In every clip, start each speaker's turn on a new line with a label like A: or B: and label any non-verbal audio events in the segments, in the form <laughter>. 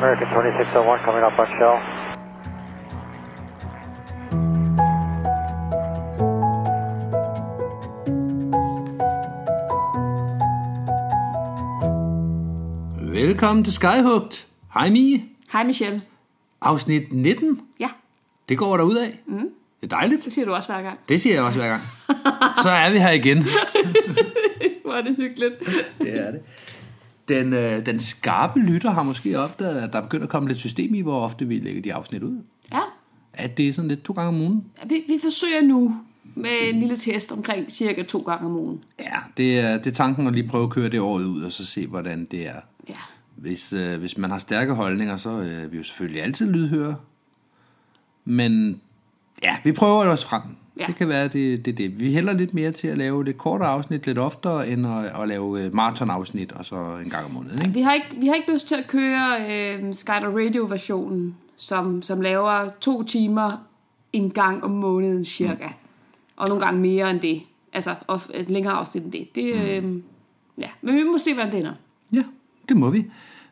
A: American 2601 coming up on shell.
B: Velkommen til Skyhugt. Hej Mie.
C: Hej Michelle.
B: Afsnit 19.
C: Ja,
B: Det går der ud af. Mm. Det er dejligt.
C: det siger du også hver gang.
B: Det siger jeg også hver gang. Så er vi her <laughs> igen.
C: <laughs> Hvor er det hyggeligt.
B: Det er det. Den, øh, den skarpe lytter har måske opdaget, at der begynder at komme lidt system i, hvor ofte vi lægger de afsnit ud.
C: Ja,
B: At det er sådan lidt to gange om ugen.
C: vi, vi forsøger nu med en lille test omkring cirka to gange om ugen.
B: Ja, det er, det er tanken at lige prøve at køre det året ud, og så se, hvordan det er.
C: Ja,
B: Hvis, øh, hvis man har stærke holdninger, så øh, er vi jo selvfølgelig altid lydhøre. Men ja, vi prøver os frem. Ja.
C: Ja.
B: Det kan være, det, det er det. Vi hælder lidt mere til at lave det kortere afsnit lidt oftere, end at, at lave øh, maratonafsnit, og så en gang om måneden. Ikke?
C: vi har ikke, vi har ikke lyst til at køre øh, Skyder Radio-versionen, som, som laver to timer en gang om måneden cirka. Og nogle gange mere end det. Altså, og et længere afsnit end det. det øh, ja, men vi må se, hvordan det ender.
B: Ja, det må vi.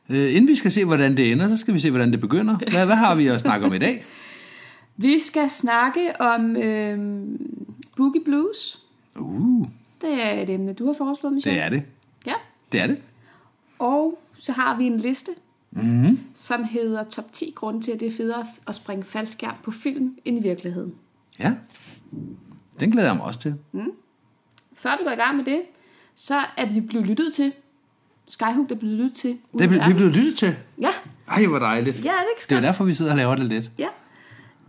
B: Øh, inden vi skal se, hvordan det ender, så skal vi se, hvordan det begynder. Hvad, hvad har vi at snakke om i dag?
C: Vi skal snakke om øh, Boogie Blues.
B: Uh,
C: Det er et emne, du har foreslået, Michelle.
B: det er det.
C: Ja.
B: Det er det.
C: Og så har vi en liste, mm-hmm. som hedder top 10 grunde til, at det er federe at springe faldskærm på film end i virkeligheden.
B: Ja. Den glæder jeg mig også til.
C: Før vi går i gang med det, så er vi blevet lyttet til. Skyhook er blevet lyttet til. ude
B: Det
C: i
B: er vi
C: verden.
B: blevet lyttet til.
C: Ja,
B: Ej, hvor dejligt.
C: ja, det er ikke
B: Det er
C: skønt.
B: derfor, vi sidder og laver det lidt.
C: Ja.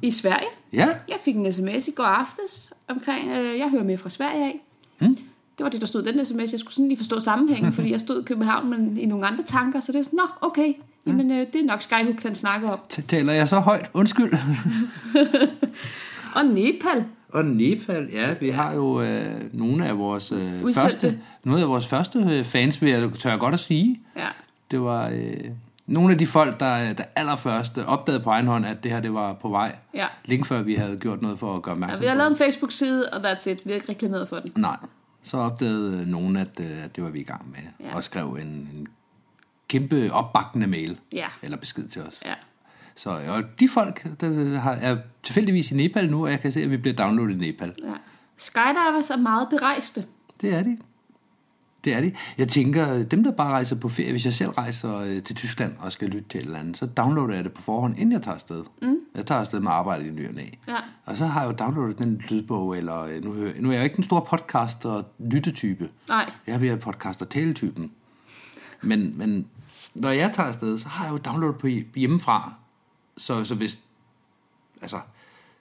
C: I Sverige.
B: Ja,
C: Jeg fik en sms i går aftes omkring, øh, jeg hører med fra Sverige af. Mm. Det var det, der stod i den sms. Jeg skulle sådan lige forstå
B: <laughs>
C: sammenhængen, fordi jeg stod i København, men i nogle andre tanker, så det er sådan, nå, okay, jamen øh, det er nok Skyhook, han snakker om.
B: T- taler jeg så højt? Undskyld.
C: Og Nepal,
B: <laughs> Og Nepal, ja, vi har jo øh, nogle af vores øh,
C: Udsendte.
B: første, nogle af vores første øh, fans, vil jeg tør jeg godt at sige.
C: ja,
B: Det var øh, nogle af de folk, der, øh, der allerførst øh, opdagede på egen hånd, at det her det var på vej.
C: Ja.
B: Længe før vi havde gjort noget for at gøre
C: Ja,
B: opmærksom
C: vi har
B: på
C: lavet
B: det.
C: en Facebook-side, og that's it. Vi har ikke reklameret for den.
B: Nej, så opdagede øh, nogen, at, øh, at det var vi i gang med.
C: Ja.
B: Og skrev en, en kæmpe opbakkende mail.
C: Ja.
B: Eller besked til os.
C: Ja.
B: Så øh, og de folk der øh, har, er tilfældigvis i Nepal nu, og jeg kan se, at vi bliver downloadet i Nepal.
C: ja. Skydivers er meget berejste.
B: Det er de. Det er de. Jeg tænker, øh, dem der bare rejser på ferie, hvis jeg selv rejser øh, til Tyskland og skal lytte til et eller andet, så downloader jeg det på forhånd, inden jeg tager afsted. Mm. Jeg tager afsted med arbejde i ny og næ.
C: Ja.
B: Og så har jeg jo downloadet den lydbog, eller øh, nu, hører, nu er jeg jo ikke den store podcast- og lyttetype.
C: Nej.
B: Jeg er mere podcast- og taletypen. Men, men når jeg tager afsted, så har jeg jo downloadet på hj- hjemmefra. Så, så hvis... Altså,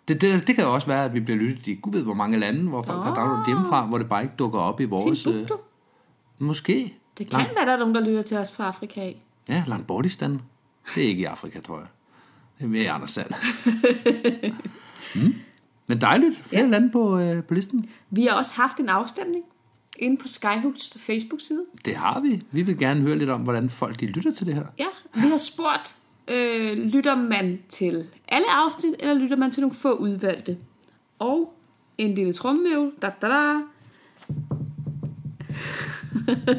B: det, det, det kan jo også være, at vi bliver lyttet i gud ved hvor mange lande, hvor folk oh. har downloadet hjemmefra, hvor det bare ikke dukker op i vores... øh,
C: Timbuktu.
B: Måske.
C: Det kan være, der er nogen, der lytter til os fra Afrika af.
B: Ja, Landbordistan. Det er ikke i Afrika, tror jeg. Det er mere i Anders
C: <laughs>
B: Sand. mm. Men dejligt. Flere ja. lande på, øh, på listen.
C: Vi har også haft en afstemning inde på Skyhooks Facebook-side.
B: Det har vi. Vi vil gerne høre lidt om, hvordan folk de lytter til det her.
C: Ja, vi har spurgt, øh, lytter man til alle afsnit, eller lytter man til nogle få udvalgte? Og en lille trummeøv, da da da. <laughs>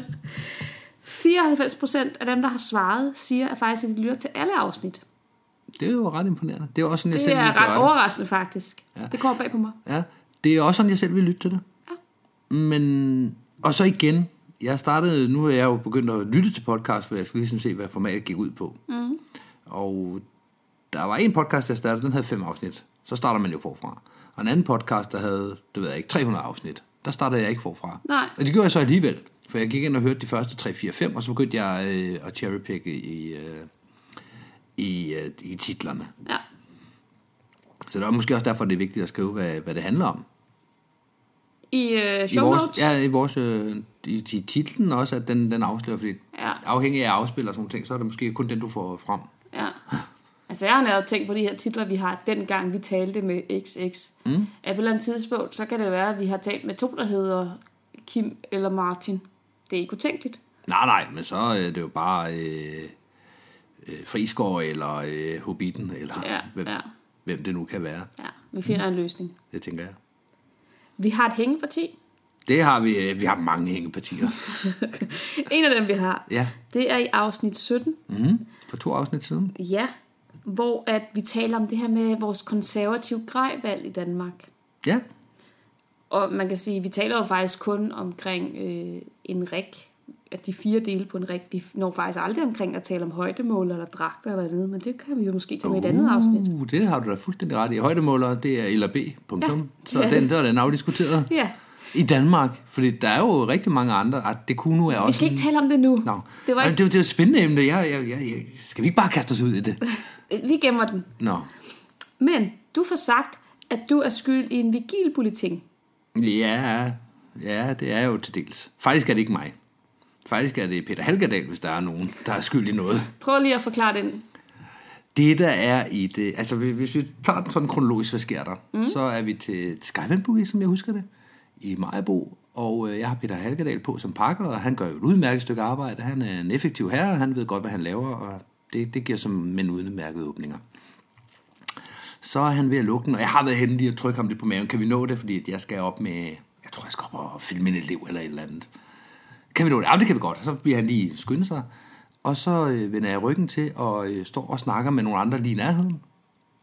C: 94% af dem, der har svaret, siger, at faktisk at de lytter til alle afsnit.
B: Det er jo ret imponerende. Det er også sådan, jeg
C: Det
B: selv
C: er
B: ville gøre
C: ret overraskende, faktisk. Ja. Det kommer bag på mig.
B: Ja, det er også sådan, jeg selv vil lytte til det. Men, og så igen, jeg startede, nu er jeg jo begyndt at lytte til podcast, for jeg skulle ligesom se, hvad formatet gik ud på. Mm. Og der var en podcast, jeg startede, den havde fem afsnit. Så starter man jo forfra. Og en anden podcast, der havde, det ved jeg ikke, 300 afsnit. Der startede jeg ikke forfra.
C: Nej.
B: Og det gjorde jeg så alligevel. For jeg gik ind og hørte de første 3, 4, 5, og så begyndte jeg øh, at cherrypicke i, øh, i, øh, i titlerne.
C: Ja.
B: Så det er måske også derfor, det er vigtigt at skrive, hvad, hvad det handler om.
C: I øh,
B: I
C: show
B: vores,
C: notes.
B: ja, i vores øh, i, i titlen også, at den, den afslører, fordi
C: Ja.
B: afhængig af afspiller og sådan nogle ting, så er det måske kun den, du får frem.
C: Ja. Altså, jeg har lavet tænkt på de her titler, vi har dengang, vi talte med XX. Mm. At på et eller andet tidspunkt, så kan det være, at vi har talt med to, der hedder Kim eller Martin. Det er ikke utænkeligt.
B: Nej, nej, men så øh, det er det jo bare øh, øh, Friskår eller øh, Hobbiten, eller
C: Ja,
B: hvem,
C: ja.
B: hvem det nu kan være,
C: Ja, vi finder en løsning.
B: det tænker jeg.
C: Vi har et hængeparti. <laughs>
B: Det har vi. øh, Vi har mange hængepartier.
C: En af dem, vi har,
B: Ja,
C: det er i afsnit 17.
B: mm. for to afsnit siden.
C: Ja, hvor at vi taler om det her med vores konservative grejvalg i Danmark.
B: Ja,
C: Og man kan sige, at vi taler jo faktisk kun omkring øh, en ræk, at de fire dele på en ræk, vi når faktisk aldrig omkring at tale om højdemål eller dragter eller noget, men det kan vi jo måske tage med i et andet afsnit.
B: Uh, det har du da fuldstændig ret i. Højdemålere, det er L og B. Punktum.
C: Ja,
B: så
C: det er
B: den, der er den afdiskuteret.
C: Ja,
B: I Danmark, fordi der er jo rigtig mange andre. At det kunne nu er også...
C: vi skal ikke tale om det nu.
B: Nå.
C: Det var
B: Ej, det,
C: ikke,
B: det er et spændende emne. Jeg, jeg, jeg, jeg, skal vi ikke bare kaste os ud i det?
C: vi gemmer den.
B: Nå.
C: Men du får sagt, at du er skyld i en vigilbulletin.
B: Ja, ja, det er jo til dels. Faktisk er det ikke mig. Faktisk er det Peter Halgerdal, hvis der er nogen, der er skyld i noget.
C: Prøv lige at forklare den.
B: Det, der er i det... Altså, hvis hvis vi tager den sådan kronologisk, hvad sker der? Mm. Så er vi til Skyvandbugi, som jeg husker det, i Majbo. Og øh, jeg har Peter Halgerdal på som pakker, og han gør jo et udmærket stykke arbejde. Han er en effektiv herre, og han ved godt, hvad han laver, og det, det giver som mænd udmærkede åbninger. Så er han ved at lukke den, og jeg har været henne lige at trykke ham lidt på maven. Kan vi nå det? Fordi at jeg skal op med... Jeg tror, jeg skal op og filme en elev eller et eller andet. Kan vi nå det? Jamen, det kan vi godt. Så vil han lige skynde sig. Og så øh, vender jeg ryggen til og øh, står og snakker med nogle andre lige i nærheden.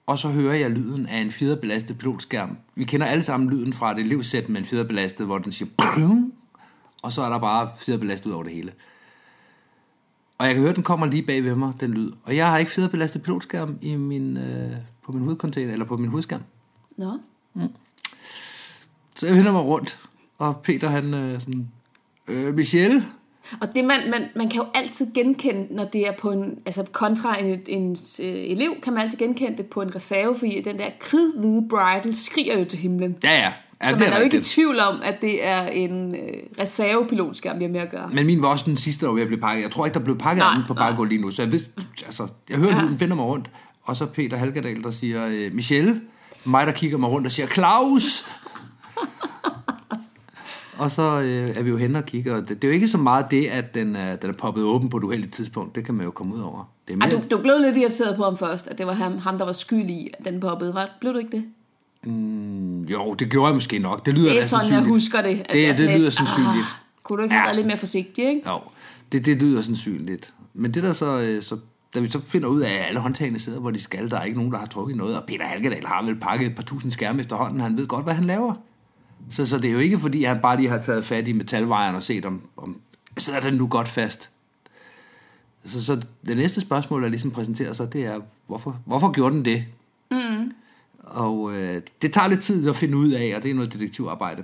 B: Og så hører jeg lyden af en fjederbelastet pilotskærm. Vi kender alle sammen lyden fra et elevsæt med en fjederbelastet, hvor den siger... "Prrrrum", Og så er der bare fjederbelastet ud over det hele. Og jeg kan høre, at den kommer lige bag ved mig, den lyd. Og jeg har ikke fjederbelastet pilotskærm i min, øh, på min hovedcontainer, eller på min hovedskærm.
C: Nå.
B: Så jeg vender mig rundt, og Peter han øh, sådan... Øh, Michelle,
C: Og det man, man, man kan jo altid genkende, når det er på en, altså kontra en, en øh, elev, kan man altid genkende det på en reserve, fordi den der kridhvide bridle skriger jo til himlen.
B: Ja, ja. ja
C: Så
B: det
C: man er jo ikke i
B: rigtigt.
C: tvivl om, at det er en øh, reservepilotskærm, vi har med at gøre.
B: Men min var også den sidste år, jeg blev pakket. Jeg tror ikke, der blev pakket
C: Nej,
B: af den på
C: nej.
B: Bargo lige nu. Så jeg, vidste, altså, jeg hører ja. lyden, vender mig rundt. Og så Peter Halgerdal, der siger, øh, Michelle, mig der kigger mig rundt og siger, Claus! og så øh, er vi jo henne og kigger. Og det, det, er jo ikke så meget det, at den, øh, den er poppet åben på et uheldigt tidspunkt. Det kan man jo komme ud over. Det er
C: Ej,
B: mere,
C: du, du blev lidt irriteret på ham først, at det var ham, ham der var skyld i, at den poppede. Var, blev du ikke det?
B: Jo, det gjorde jeg måske nok. Det lyder
C: Det er
B: da
C: sådan, jeg
B: sandsynligt.
C: husker det. at
B: Det, det,
C: er sådan
B: det lyder
C: lidt,
B: sandsynligt.
C: "Ah, Kunne du ikke have
B: Ja.
C: været lidt mere forsigtig, ikke?
B: Jo, det, det lyder sandsynligt. Men det der så, øh, så, da vi så finder ud af, at alle håndtagene sidder, hvor de skal, der er ikke nogen, der har trukket noget, og Peter Halkedal har vel pakket et par tusind skærme efterhånden, han ved godt, hvad han laver. Så, så det er jo ikke, fordi han bare lige har taget fat i metalvejeren og set, om, om sidder den nu godt fast. Så, så det næste spørgsmål, der ligesom præsenterer sig, det er, hvorfor, hvorfor gjorde den det? Mm. Og øh, det tager lidt tid at finde ud af, og det er noget detektivarbejde.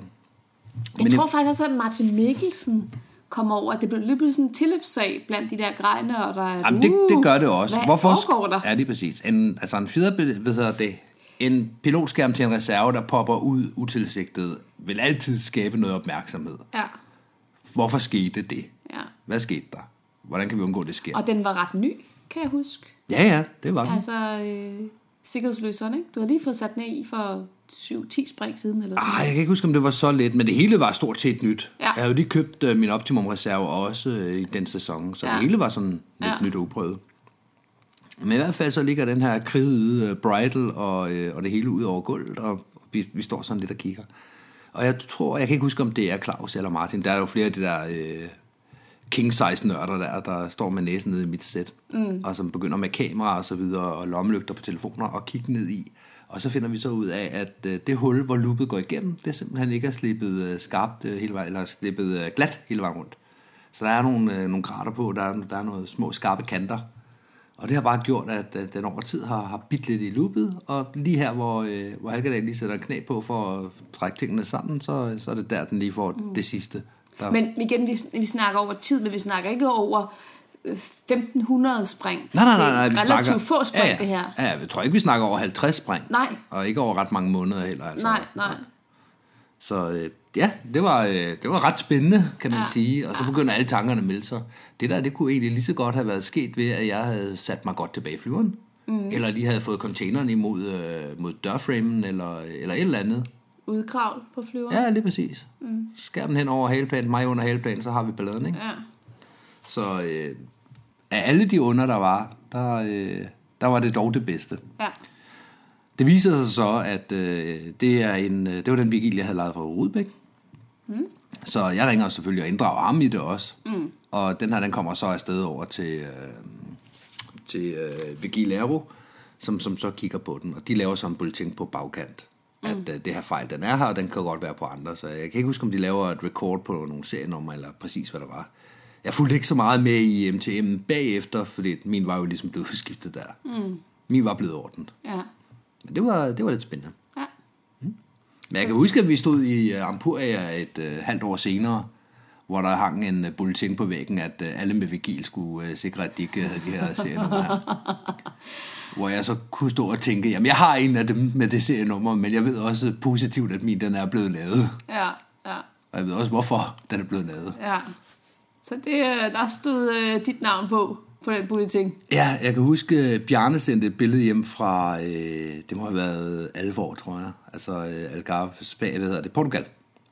C: Jeg
B: Men
C: tror faktisk også, at Martin Mikkelsen kom over. Det blev lige pludselig sådan en tilløbssag blandt de der grejne, og der er,
B: Jamen, det,
C: "Uh,
B: det gør det også.
C: Hvad
B: Hvorfor sk-
C: foregår der?
B: Ja, lige præcis. En, altså en fjeder, hvad hedder det, en pilotskærm til en reserve, der popper ud utilsigtet, vil altid skabe noget opmærksomhed.
C: Ja,
B: Hvorfor skete det?
C: ja.
B: Hvad skete der? Hvordan kan vi undgå, at det sker?
C: Og den var ret ny, kan jeg huske.
B: Ja, ja, det var
C: Mm.
B: den.
C: Altså, øh, sikkerhedsløseren, ikke? Du har lige fået sat den i for 7-10 spring siden, eller sådan
B: Ah, jeg kan ikke huske, om det var så let, men det hele var stort set nyt.
C: Ja.
B: Jeg havde jo lige købt øh, min Optimum Reserve også øh, i den sæson, så
C: Ja.
B: det hele var sådan lidt
C: Ja.
B: nyt og uprøvet. Men i hvert fald så ligger den her kridede øh, bridle og, øh, og det hele ud over gulvet, og vi, vi står sådan lidt og kigger. Og jeg tror, jeg kan ikke huske, om det er Claus eller Martin. Der er jo flere af de der øh, king-size-nørder der, der står med næsen nede i mit sæt, mm. og som begynder med kamera og så videre, og lommelygter på telefoner og kigge ned i. Og så finder vi så ud af, at øh, det hul, hvor loopet går igennem, det simpelthen ikke er slippet øh, skarpt øh, hele vejen, eller slippet øh, glat hele vejen rundt. Så der er nogle, øh, nogle grater på, der er, der er nogle små skarpe kanter. Og det har bare gjort, at øh, den over tid har, har bidt lidt i loopet, og lige her, hvor, øh, hvor Halkedal lige sætter knæ på for at trække tingene sammen, så, så er det der, den lige får mm. det sidste. Der,
C: Men igen, vi, vi snakker over tid, men vi snakker ikke over øh, 1500 spring.
B: Nej, nej, nej, nej.
C: Det
B: Vi
C: er
B: snakker,
C: relativt få spring,
B: ja, ja.
C: det her.
B: Ja, ja, jeg tror ikke, vi snakker over 50 spring.
C: Nej.
B: Og ikke over ret mange måneder heller. Altså.
C: Nej, nej.
B: Så øh, ja, det var, øh, det var ret spændende, kan man
C: Ja.
B: ja. sige. Og så begynder alle tankerne at melde sig. Det der, det kunne egentlig lige så godt have været sket ved, at jeg havde sat mig godt tilbage i flyveren. Mm. Eller lige havde fået containeren imod øh, mod dørframen, eller, eller et eller andet.
C: Udkravl på flyveren.
B: Ja, lige præcis. Mm. Skærmen hen over haleplanen, mig under haleplanen, så har vi balladen, ikke?
C: ja.
B: Så øh, af alle de under, der var, der, øh, der var det dog det bedste.
C: ja.
B: Det viser sig så, at øh, det, er en, øh, det var den vigil, jeg havde lejet fra Rudbæk. Mm. Så jeg ringer selvfølgelig og inddrager ham i det også. Mm. Og den her, den kommer så afsted over til, øh, til øh, Vigilero, som, som så kigger på den. Og de laver så en bulletin på bagkant, at mm. øh, det her fejl, den er her, og den kan godt være på andre. Så jeg kan ikke huske, om de laver et record på nogle serienummer, eller præcis hvad der var. Jeg fulgte ikke så meget med i MTM bagefter, fordi min var jo ligesom blevet <laughs> skiftet der. Mm. Min var blevet ordnet.
C: Ja.
B: Men det var, det var lidt spændende.
C: ja.
B: Men jeg kan huske, at vi stod i øh, Ampuria et øh, halvt år senere, hvor der hang en øh, bulletin på væggen, at øh, alle med vigil skulle øh, sikre, at de ikke øh, havde de her serienummer her. Hvor jeg så kunne stå og tænke, jamen jeg har en af dem med det serienummer, men jeg ved også positivt, at min den er blevet lavet.
C: Ja, ja,
B: Og jeg ved også, hvorfor den er blevet lavet.
C: ja. Så det, øh, der stod øh, dit navn på, på den bulletin.
B: Ja, jeg kan huske, at Bjarne sendte et billede hjem fra, øh, det må have været Alvor, tror jeg. Altså øh, Algarve, Spanien, hvad hedder det, Portugal.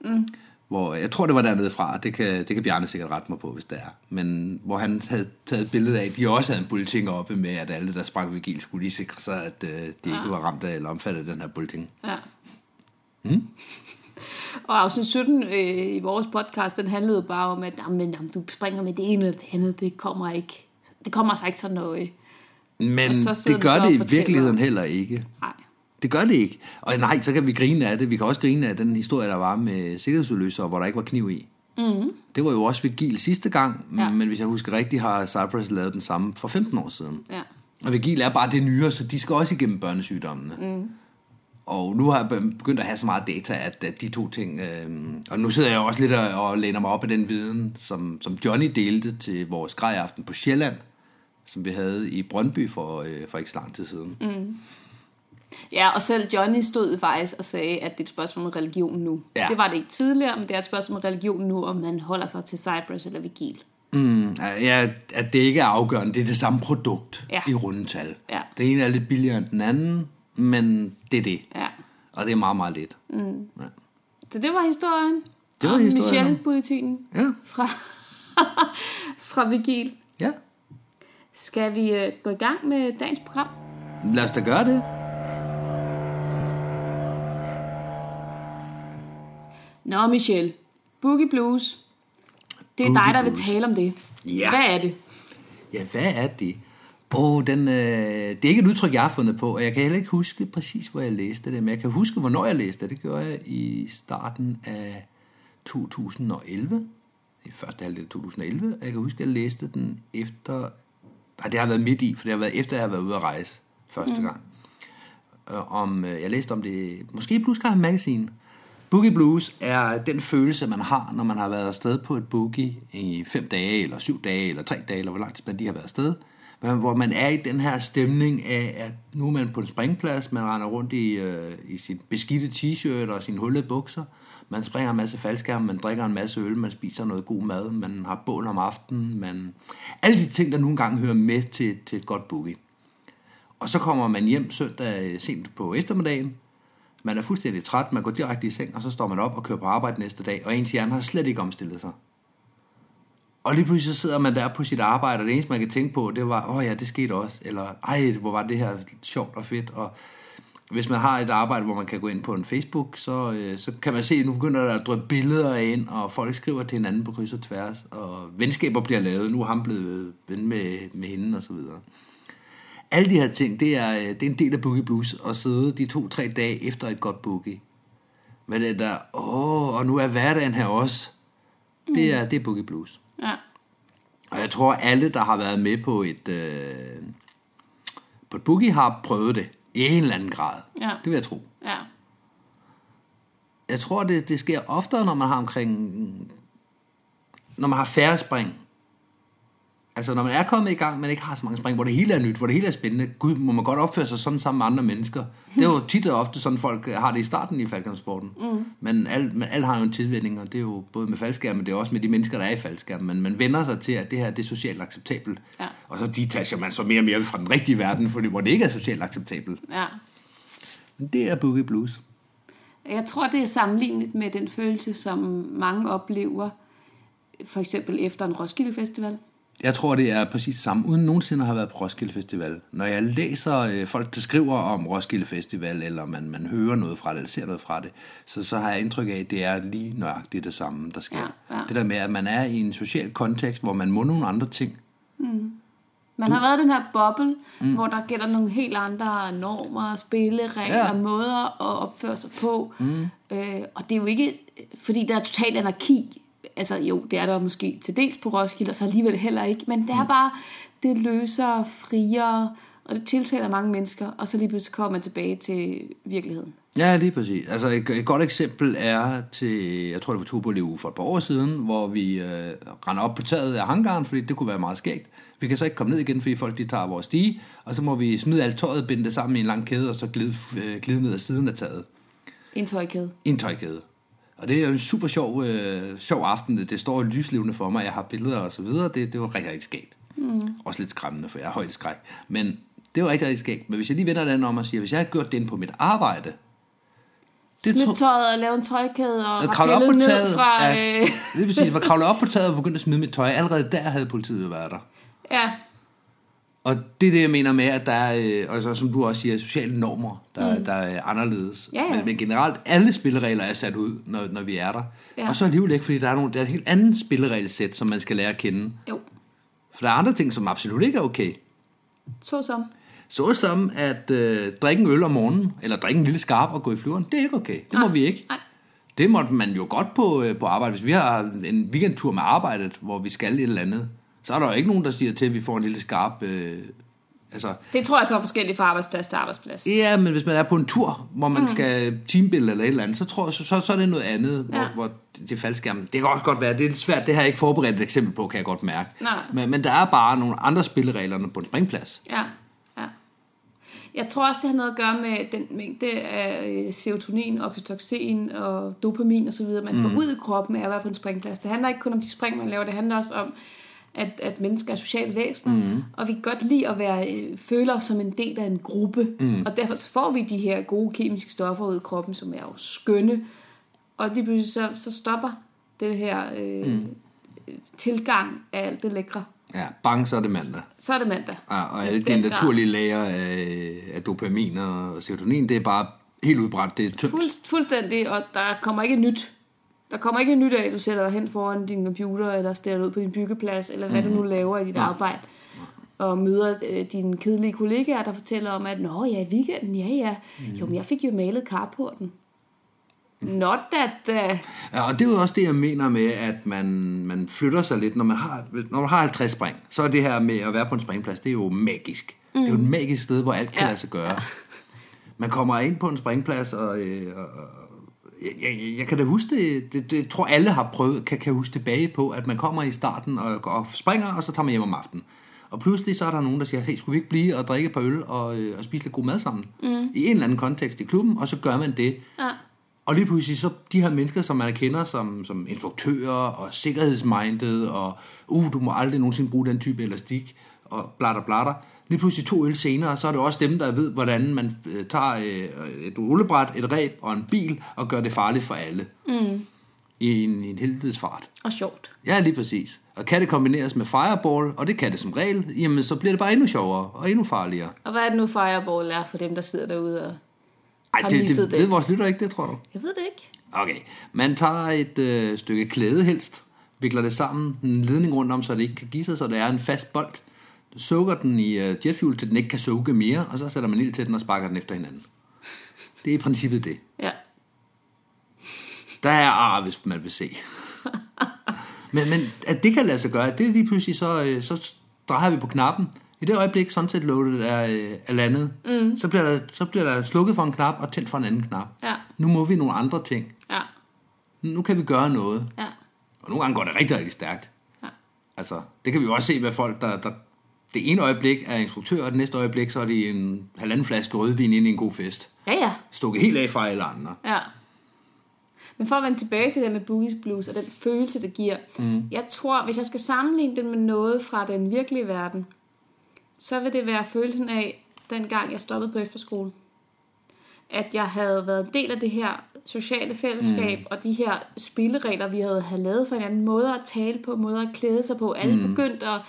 B: Mm. Hvor, jeg tror, det var dernede fra, det kan, det kan Bjarne sikkert rette mig på, hvis det er. Men hvor han havde taget et billede af, at de også havde en bulletin oppe med, at alle, der sprang ved gil, skulle lige sikre sig, at øh, de ikke
C: Ah.
B: var ramt af eller omfattet af den her bulletin.
C: Ja. Mm. Og afsnit 17 øh, i vores podcast, den handlede bare om, at jamen, jamen, du springer med det ene eller det andet, det kommer ikke. Det kommer altså ikke så nøje.
B: Men
C: Og så sidder
B: det
C: vi så
B: gør
C: og
B: det i
C: fortæller.
B: virkeligheden heller ikke.
C: Nej.
B: Det gør det ikke. Og nej, så kan vi grine af det. Vi kan også grine af den historie, der var med sikkerhedsudløsere, hvor der ikke var kniv i. Mm-hmm. Det var jo også Vigil sidste gang,
C: Ja.
B: ja. men hvis jeg husker rigtigt, har Cypress lavet den samme for 15 år siden.
C: Ja.
B: Og Vigil er bare det nyere, så de skal også igennem børnesygdommene. Mm. Og nu har jeg begyndt at have så meget data, at at de to ting... Øh, og nu sidder jeg også lidt og, og læner mig op af den viden, som, som Johnny delte til vores grejaften på Sjælland, som vi havde i Brøndby for, øh, for ikke så lang tid siden. Mm.
C: ja, og selv Johnny stod faktisk og sagde, at det er et spørgsmål om religion nu.
B: Ja.
C: Det var det ikke tidligere, men det er et spørgsmål om religion nu, om man holder sig til Cypress eller Vigil.
B: Mm, ja, at det ikke er afgørende. Det er det samme produkt
C: Ja.
B: ja. i runde tal.
C: Ja.
B: Den ene er lidt billigere end den anden, men det er det.
C: Ja.
B: Og det er meget, meget lidt. Mm. Ja.
C: Så det var historien.
B: Det var
C: om
B: historien om-
C: Michelle-bulletinen
B: Ja.
C: fra, <laughs> fra Vigil.
B: ja,
C: Skal vi øh, gå i gang med dagens program?
B: lad os da gøre det.
C: Nå, Michelle. Boogie Blues. Det er
B: Boogie
C: dig, der vil
B: Blues.
C: tale om det.
B: Ja.
C: Hvad er det?
B: Ja, hvad er det? Åh, den, øh, det er ikke et udtryk, jeg har fundet på, og jeg kan heller ikke huske præcis, hvor jeg læste det, men jeg kan huske, hvornår jeg læste det. Det gjorde jeg i starten af 2011, i første halvdel af 2011, og jeg kan huske, at jeg læste den efter... Nej, det har været midt i, for det har været efter, jeg har været ude at rejse første mm. gang. Øh, om, øh, jeg læste om det, måske i Bluescar Magazine. Boogie Blues er den følelse, man har, når man har været afsted på et boogie i fem dage, eller syv dage, eller tre dage, eller hvor lang tid man lige har været afsted. Men hvor man er i den her stemning af, at nu er man på en springplads, man render rundt i, øh, i sin beskidte t-shirt og sine hullede bukser, man springer en masse faldskærme, man drikker en masse øl, man spiser noget god mad, man har bål om aftenen, man... Alle de ting, der nogle gange hører med til, til et godt boogie. Og så kommer man hjem søndag øh, sent på eftermiddagen. Man er fuldstændig træt, man går direkte i seng, og så står man op og kører på arbejde næste dag, og ens hjerne har slet ikke omstillet sig. Og lige pludselig så sidder man der på sit arbejde, og det eneste, man kan tænke på, det var, åh oh ja, det skete også, eller ej, hvor var det her sjovt og fedt, og hvis man har et arbejde, hvor man kan gå ind på en Facebook, så, øh, så kan man se, at nu begynder der at drøbe billeder ind, og folk skriver til hinanden på kryds og tværs, og venskaber bliver lavet, nu er ham blevet øh, ven med, med hende, og så videre alle de her ting, det er, øh, det er en del af Boogie Blues, at sidde de to-tre dage efter et godt boogie. Men det der, åh, og nu er hverdagen her også, det er, det er Boogie Blues.
C: Ja.
B: Og jeg tror, alle, der har været med på et, øh, på et boogie, har prøvet det i en eller anden grad.
C: Ja.
B: Det vil jeg tro.
C: Ja.
B: Jeg tror, det, det sker oftere, når man har omkring... Når man har færre spring. Altså, når man er kommet i gang, men ikke har så mange spring, hvor det hele er nyt, hvor det hele er spændende. Gud, må man godt opføre sig sådan sammen med andre mennesker. Det er jo tit og ofte sådan, folk har det i starten i faldskærmsporten. Mm. Men alt men alt har jo en tilvænning, og det er jo både med faldskærm, men det er også med de mennesker, der er i faldskærm. Men man vender sig til, at det her det er socialt acceptabelt.
C: Ja.
B: Og så detacher man så mere og mere fra den rigtige verden, fordi, hvor det ikke er socialt acceptabelt.
C: ja.
B: Men det er boogie blues.
C: Jeg tror, det er sammenlignet med den følelse, som mange oplever, for eksempel efter en Roskilde Festival.
B: Jeg tror, det er præcis samme, uden nogensinde at have været på Roskilde Festival. Når jeg læser øh, folk, der skriver om Roskilde Festival, eller man, man hører noget fra det, eller ser noget fra det, så, så har jeg indtryk af, at det er lige nøjagtigt det samme, der sker.
C: Ja, ja.
B: Det der med, at man er i en social kontekst, hvor man må nogle andre ting.
C: Man har været i den her boble, mm. hvor der gælder nogle helt andre normer, spilleregler,
B: Ja.
C: ja. måder at opføre sig på. Mm. Øh, og det er jo ikke, fordi der er total anarki. Altså jo, det er der måske til dels på Roskilde, og så alligevel heller ikke. Men det er bare det løsere, friere, og det tiltaler mange mennesker. Og så lige pludselig kommer man tilbage til virkeligheden.
B: Ja, lige præcis. Altså et, et godt eksempel er til, jeg tror det var Turboleu for et par år siden, hvor vi øh, render op på taget af hangaren, fordi det kunne være meget skægt. Vi kan så ikke komme ned igen, fordi folk de tager vores stige, og så må vi smide alt tøjet, binde det sammen i en lang kæde, og så glide, øh, glide ned ad siden af taget.
C: En tøjkæde.
B: I en tøjkæde. Og det er jo en super sjov, øh, sjov aften. Det står lyslevende for mig. Jeg har billeder og så videre. Det, det var rigtig, rigtig skægt. Mm. Også lidt skræmmende, for jeg har højdeskræk. Men det var rigtig, rigtig skægt. Men hvis jeg lige vender den om og siger, hvis jeg havde gjort det inde på mit arbejde, Det
C: Smid
B: tror-
C: tøjet og lave en tøjkæde og,
B: og
C: og
B: kravle op på
C: ned
B: taget.
C: fra...
B: ja,
C: Øh, <laughs>
B: det vil sige, at jeg kravlede op på taget og begyndte at smide mit tøj. Allerede der havde politiet jo været der.
C: ja.
B: Og det er det, jeg mener med, at der er, øh, altså, som du også siger, sociale normer, der, mm. der er anderledes.
C: Ja, ja.
B: Men, men generelt, alle spilleregler er sat ud, når, når vi er der.
C: Ja.
B: Og så alligevel ikke, fordi der er, nogle, der er et helt andet spilleregelsæt, som man skal lære at kende.
C: Jo,
B: For der er andre ting, som absolut ikke er okay.
C: så som.
B: Så som at øh, drikke en øl om morgenen, eller drikke en lille skarp og gå i flyveren, det er ikke okay. Det må
C: Nej,
B: vi ikke.
C: nej.
B: Det måtte man jo godt på, øh, på arbejde. Hvis vi har en weekendtur med arbejdet, hvor vi skal et eller andet, så er der jo ikke nogen, der siger til, at vi får en lille skarp... Øh, altså,
C: Det tror jeg så er forskelligt fra arbejdsplads til arbejdsplads.
B: Ja, men hvis man er på en tur, hvor man mm. skal teambuilde eller et eller andet, så, tror jeg, så, så, så er det noget andet, ja. hvor,
C: Ja.
B: hvor det er faldskærmen. Det kan også godt være, det er lidt svært, det har jeg ikke forberedt et eksempel på, kan jeg godt mærke.
C: Nej.
B: Men, men der er bare nogle andre spilleregler end på en springplads.
C: Ja, ja. Jeg tror også, det har noget at gøre med den mængde af øh, serotonin, oxytocin og dopamin osv., man mm. får ud i kroppen af at være på en springplads. Det handler ikke kun om de spring, man laver, det handler også om, at, at mennesker er sociale væsener, mm. og vi kan godt lide at være øh, føler os som en del af en gruppe. Mm. Og derfor så får vi de her gode kemiske stoffer ud i kroppen, som er jo skønne. Og lige pludselig så, så stopper det her øh, mm. tilgang af alt det lækre.
B: Ja, bang, så er det mandag.
C: Så Ah, er det mandag.
B: Ja, og alle de
C: Den grad.
B: naturlige lager af, af dopamin og serotonin, det er bare helt udbrændt, det er tyndt.
C: Fuld, fuldstændig, og der kommer ikke nyt. Der kommer ikke nyt af, at du sætter dig hen foran din computer, eller stiller dig ud på din byggeplads, eller hvad mm. du nu laver i dit arbejde. Og møder øh, dine kedelige kollegaer, der fortæller om, at Nå ja, i weekenden, ja ja. Mm. Jo, men jeg fik jo malet carporten. Not that... Uh...
B: Ja, og det er jo også det, jeg mener med, at man, man flytter sig lidt. Når man, har, når man har 50 spring, så er det her med at være på en springplads, det er jo magisk. Mm. Det er jo et magisk sted, hvor alt kan ja.
C: Ja.
B: lade sig gøre. Ja. Man kommer ind på en springplads, og, øh, og og- jeg, jeg, jeg kan da huske det, det, det jeg tror alle har prøvet, kan, kan huske tilbage på, at man kommer i starten og, går og springer, og så tager man hjem om aftenen. Og pludselig så er der nogen, der siger, hey, skulle vi ikke blive og drikke et par øl og, øh, og spise lidt god mad sammen? Mm. I en eller anden kontekst i klubben, og så gør man det.
C: Ja.
B: Og lige pludselig så de her mennesker, som man kender som, som instruktører og sikkerhedsminded og uh, du må aldrig nogensinde bruge den type elastik og blatter blatter. Lige pludselig to øl senere, så er det også dem, der ved, hvordan man øh, tager øh, et rullebræt, et ræb og en bil og gør det farligt for alle. Mm. I en, i en helvedes fart.
C: Og sjovt.
B: Ja, lige præcis. Og kan det kombineres med fireball, og det kan det som regel, jamen så bliver det bare endnu sjovere og endnu farligere.
C: Og hvad er det nu Fireball er for dem, der sidder derude og...
B: Ej,
C: Har
B: det,
C: misset
B: det,
C: det.
B: ved vores lytter ikke, det tror du?
C: Jeg ved det ikke.
B: Okay, man tager et øh, stykke klæde helst, vikler det sammen, en ledning rundt om, så det ikke kan give sig, så det er en fast bold. Sukker den i øh, jetfuel, til den ikke kan sukke mere, og så sætter man ild til den og sparker den efter hinanden. Det er i princippet det.
C: Ja.
B: Der er ar, hvis man vil se. men, men at det kan lade sig gøre, det er lige pludselig, så, øh, så drejer vi på knappen. I det øjeblik, sunset loadet er, øh, er landet, mm. så, bliver der, så bliver der slukket for en knap og tændt for en anden knap.
C: Ja.
B: Nu må vi nogle andre ting.
C: Ja.
B: Nu kan vi gøre noget.
C: Ja.
B: Og nogle gange går det rigtig, rigtig stærkt.
C: Ja.
B: Altså, det kan vi jo også se med folk, der, der det ene øjeblik er instruktør, og det næste øjeblik, så er det en halvanden flaske rødvin ind i en god fest.
C: Ja, ja.
B: Stukket helt af fra alle andre.
C: Ja. Men for at vende tilbage til det med boogies blues og den følelse, det giver. Mm. Jeg tror, hvis jeg skal sammenligne den med noget fra den virkelige verden, så vil det være følelsen af, dengang jeg stoppede på efterskole, at jeg havde været en del af det her sociale fællesskab mm. og de her spilleregler, vi havde, havde lavet for hinanden, måder at tale på, måder at klæde sig på. Alle mm. begyndte at,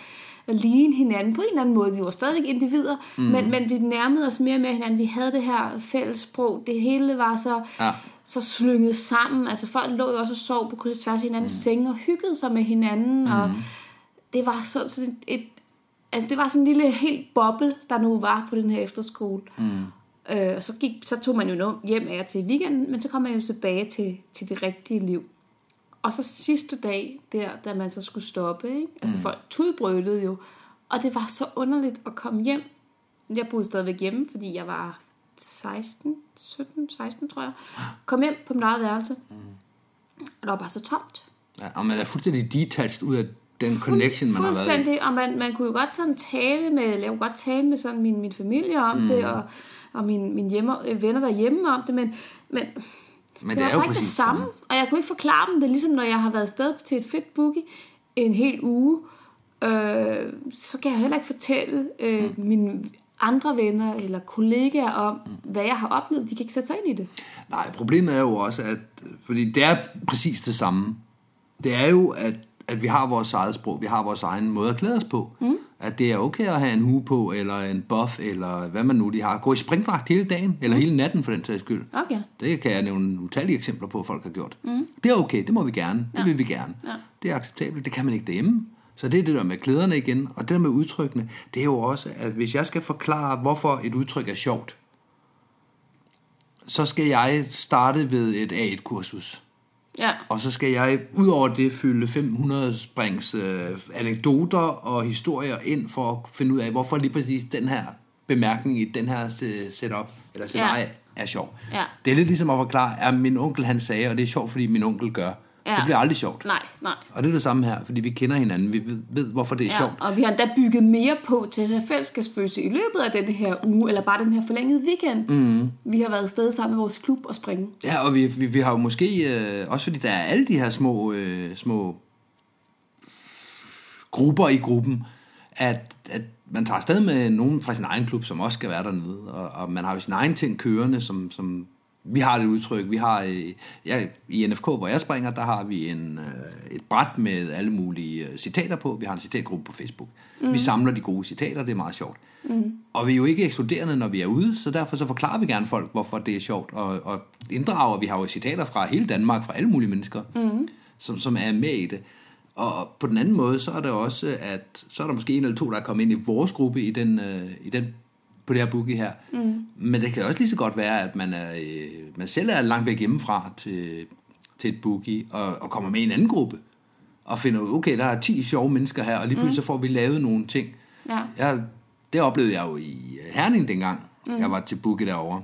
C: at ligne hinanden på en eller anden måde. Vi var stadigvæk individer, mm. men, men vi nærmede os mere med hinanden. Vi havde det her fælles sprog. Det hele var så,
B: Ja.
C: så slynget sammen. Altså folk lå jo også og sov på kryds og tværs af hinandens mm. senge og hyggede sig med hinanden. Mm. Og det var sådan, sådan et, et Altså det var sådan en lille helt boble, der nu var på den her efterskole. Mm. Øh, og så, gik, så tog man jo nu hjem af og til i weekenden, men så kom man jo tilbage til, til det rigtige liv. Og så sidste dag, der, da man så skulle stoppe, ikke? altså mm. folk tudbrølede jo, og det var så underligt at komme hjem. Jeg boede stadigvæk hjemme, fordi jeg var 16, 17, 16 tror jeg. Kom hjem på mit eget værelse, mm. og der var bare så tomt.
B: Ja, og man er fuldstændig detached ud af den connection, man har været i.
C: Fuldstændig, og man, man kunne jo godt sådan tale med, jeg kunne godt tale med sådan min, min familie om mm. det, og, og mine, mine hjemme, øh, venner derhjemme om det, men, men,
B: Men det er jo
C: bare ikke
B: præcis
C: det samme,
B: sådan.
C: og jeg kunne ikke forklare dem det, er ligesom når jeg har været afsted til et fedt boogie en hel uge, øh, så kan jeg heller ikke fortælle øh, mm. mine andre venner eller kollegaer om, mm. hvad jeg har oplevet. De kan ikke sætte sig ind i det.
B: Nej, problemet er jo også, at... Fordi det er præcis det samme. Det er jo, at, at vi har vores eget sprog, vi har vores egen måde at klæde os på. Mm. At det er okay at have en hue på, eller en buff, eller hvad man nu lige har. Gå i springdragt hele dagen,
C: Mm.
B: eller hele natten for den sags skyld.
C: Okay.
B: Det kan jeg nævne utallige eksempler på, at folk har gjort. Mm. Det er okay, det må vi gerne, det vil vi gerne. Ja. Det er acceptabelt, det kan man ikke derhjemme. Så det er det der med klæderne igen, og det der med udtrykkene, det er jo også, at hvis jeg skal forklare, hvorfor et udtryk er sjovt, så skal jeg starte ved et A1-kursus.
C: Ja.
B: Og så skal jeg ud over det fylde 500 springs øh, anekdoter og historier ind for at finde ud af, hvorfor lige præcis den her bemærkning i den her se- setup eller scenarie ja. er sjov.
C: Ja.
B: Det er lidt ligesom at forklare, at min onkel han sagde, og det er sjovt, fordi min onkel gør.
C: Ja.
B: Det bliver aldrig sjovt.
C: Nej, nej.
B: Og det er det samme her, fordi vi kender hinanden, vi ved, ved hvorfor det er ja. sjovt.
C: og vi har endda bygget mere på til den her fællesskabsfølelse i løbet af den her uge, eller bare den her forlængede weekend. Mm. Vi har været afsted sammen med vores klub og springe.
B: Ja, og vi, vi, vi har jo måske, øh, også fordi der er alle de her små, øh, små grupper i gruppen, at, at man tager afsted med nogen fra sin egen klub, som også skal være dernede, og, og man har jo sin egen ting kørende, som, som vi har det udtryk, vi har øh, ja, i NFK, hvor jeg springer, der har vi en, øh, et bræt med alle mulige øh, citater på, vi har en citatgruppe på Facebook. Mm. Vi samler de gode citater, det er meget sjovt. Mm. Og vi er jo ikke ekskluderende, når vi er ude, så derfor så forklarer vi gerne folk, hvorfor det er sjovt, og, og inddrager, vi har jo citater fra hele Danmark, fra alle mulige mennesker, mm. som, som er med i det. Og på den anden måde, så er der også, at så er der måske en eller to, der er kommet ind i vores gruppe i den, øh, i den, på det her boogie her. Mm. Men det kan også lige så godt være, at man, er, øh, man selv er langt væk hjemmefra til, til et boogie, og, og kommer med i en anden gruppe, og finder ud, okay, der er 10 sjove mennesker her, og lige pludselig mm. så får vi lavet nogle ting.
C: Ja.
B: Jeg, det oplevede jeg jo i øh, Herning dengang, mm. jeg var til boogie derovre